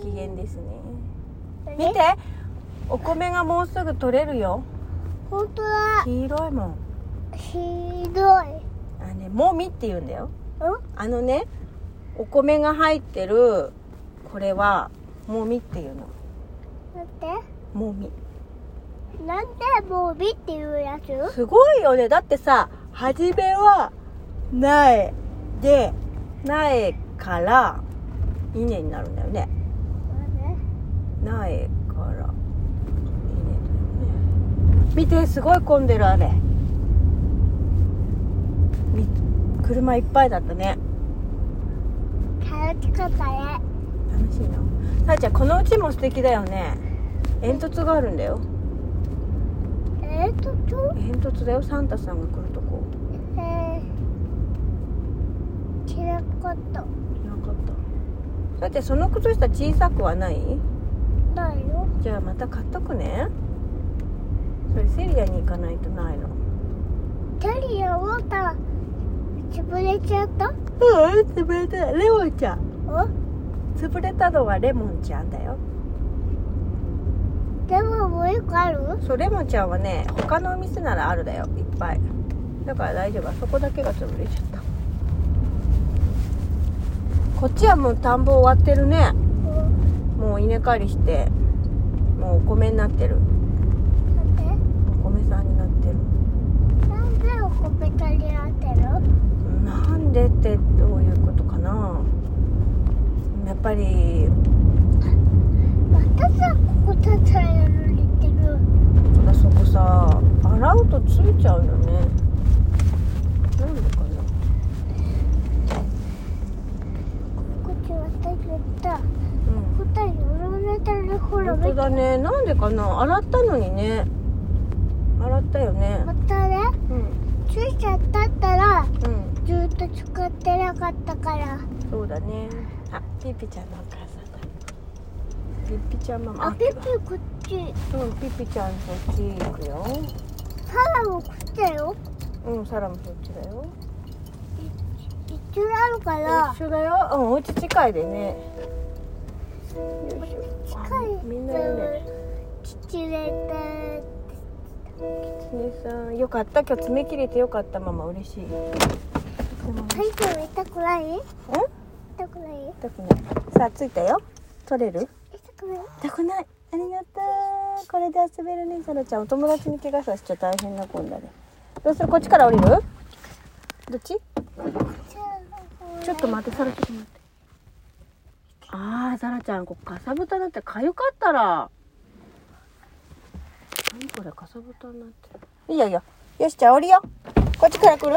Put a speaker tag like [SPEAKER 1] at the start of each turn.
[SPEAKER 1] 機嫌ですね見てお米がもうすぐ取れるよ
[SPEAKER 2] 本当だ
[SPEAKER 1] 黄色いもん
[SPEAKER 2] ひどい
[SPEAKER 1] あねもみって言うんだよ
[SPEAKER 2] うん
[SPEAKER 1] あのねお米が入ってるこれはもみっていうの
[SPEAKER 2] だって
[SPEAKER 1] もみ
[SPEAKER 2] なんでもうビっていうやつ
[SPEAKER 1] すごいよねだってさ初めは苗で苗から稲になるんだよね苗から稲だよね見てすごい混んでるあれみ車いっぱいだったね
[SPEAKER 2] 楽しかったね
[SPEAKER 1] 楽しいなさやちゃんこのうちも素敵だよね煙突があるんだよ
[SPEAKER 2] えっとちょ
[SPEAKER 1] 煙突だよサンタさんが来るとこ
[SPEAKER 2] えー、散らかった
[SPEAKER 1] なかっただってその靴下小さくはない
[SPEAKER 2] ないよ
[SPEAKER 1] じゃあまた買っとくねそれセリアに行かないとないのう
[SPEAKER 2] キャリアウォーター潰れちゃった
[SPEAKER 1] うん潰れたレモンちゃん
[SPEAKER 2] お
[SPEAKER 1] 潰れたのはレモンちゃんだよ
[SPEAKER 2] でももう一個ある
[SPEAKER 1] そうレモンちゃんはね他のお店ならあるだよいっぱいだから大丈夫あそこだけが潰れちゃったこっちはもう田んぼ終わってるね
[SPEAKER 2] うん
[SPEAKER 1] もう稲刈りしてもうお米になって
[SPEAKER 2] だ
[SPEAKER 1] る
[SPEAKER 2] って
[SPEAKER 1] お米さんになってる
[SPEAKER 2] なんでお米キャリアってる
[SPEAKER 1] なんでってどういうことかなやっぱり
[SPEAKER 2] またさここたたられてる
[SPEAKER 1] あそこさ洗うとついちゃうよねなんでかな
[SPEAKER 2] こっち私言った
[SPEAKER 1] うん
[SPEAKER 2] 答えよろれてるほら
[SPEAKER 1] 本
[SPEAKER 2] 見
[SPEAKER 1] 当
[SPEAKER 2] て
[SPEAKER 1] だねなんでかな洗ったのにね洗ったよね
[SPEAKER 2] またね
[SPEAKER 1] うん
[SPEAKER 2] ついちゃったったら
[SPEAKER 1] うん
[SPEAKER 2] ずっと使ってなかったから
[SPEAKER 1] そうだねあピーピーちゃんのお母さんだピーピーちゃんママ
[SPEAKER 2] あピッピこっち
[SPEAKER 1] うんピーピーちゃんそっち行くよ
[SPEAKER 2] サラも食ったよ
[SPEAKER 1] うんサラもそっちだよ
[SPEAKER 2] 一緒なのかな
[SPEAKER 1] 一緒だようんお家近いでね
[SPEAKER 2] 近い
[SPEAKER 1] みんないるね
[SPEAKER 2] 父入れて
[SPEAKER 1] ねさんよかった今日爪切れてよかったママ嬉しい
[SPEAKER 2] 体調痛くない
[SPEAKER 1] え
[SPEAKER 2] 痛くない
[SPEAKER 1] 痛くないさあ着いたよ取れる
[SPEAKER 2] 痛くない
[SPEAKER 1] 痛くないありがとうこれで遊べるねサラちゃんお友達に怪我させちゃ大変な子んだねどうするこっちから降りるどっちちょっと待ってサラちょっと待ってああサラちゃんここかさぶただってかゆかったら何これかさぶたになってるいいよいいよよしじゃあ降りよこっちから来る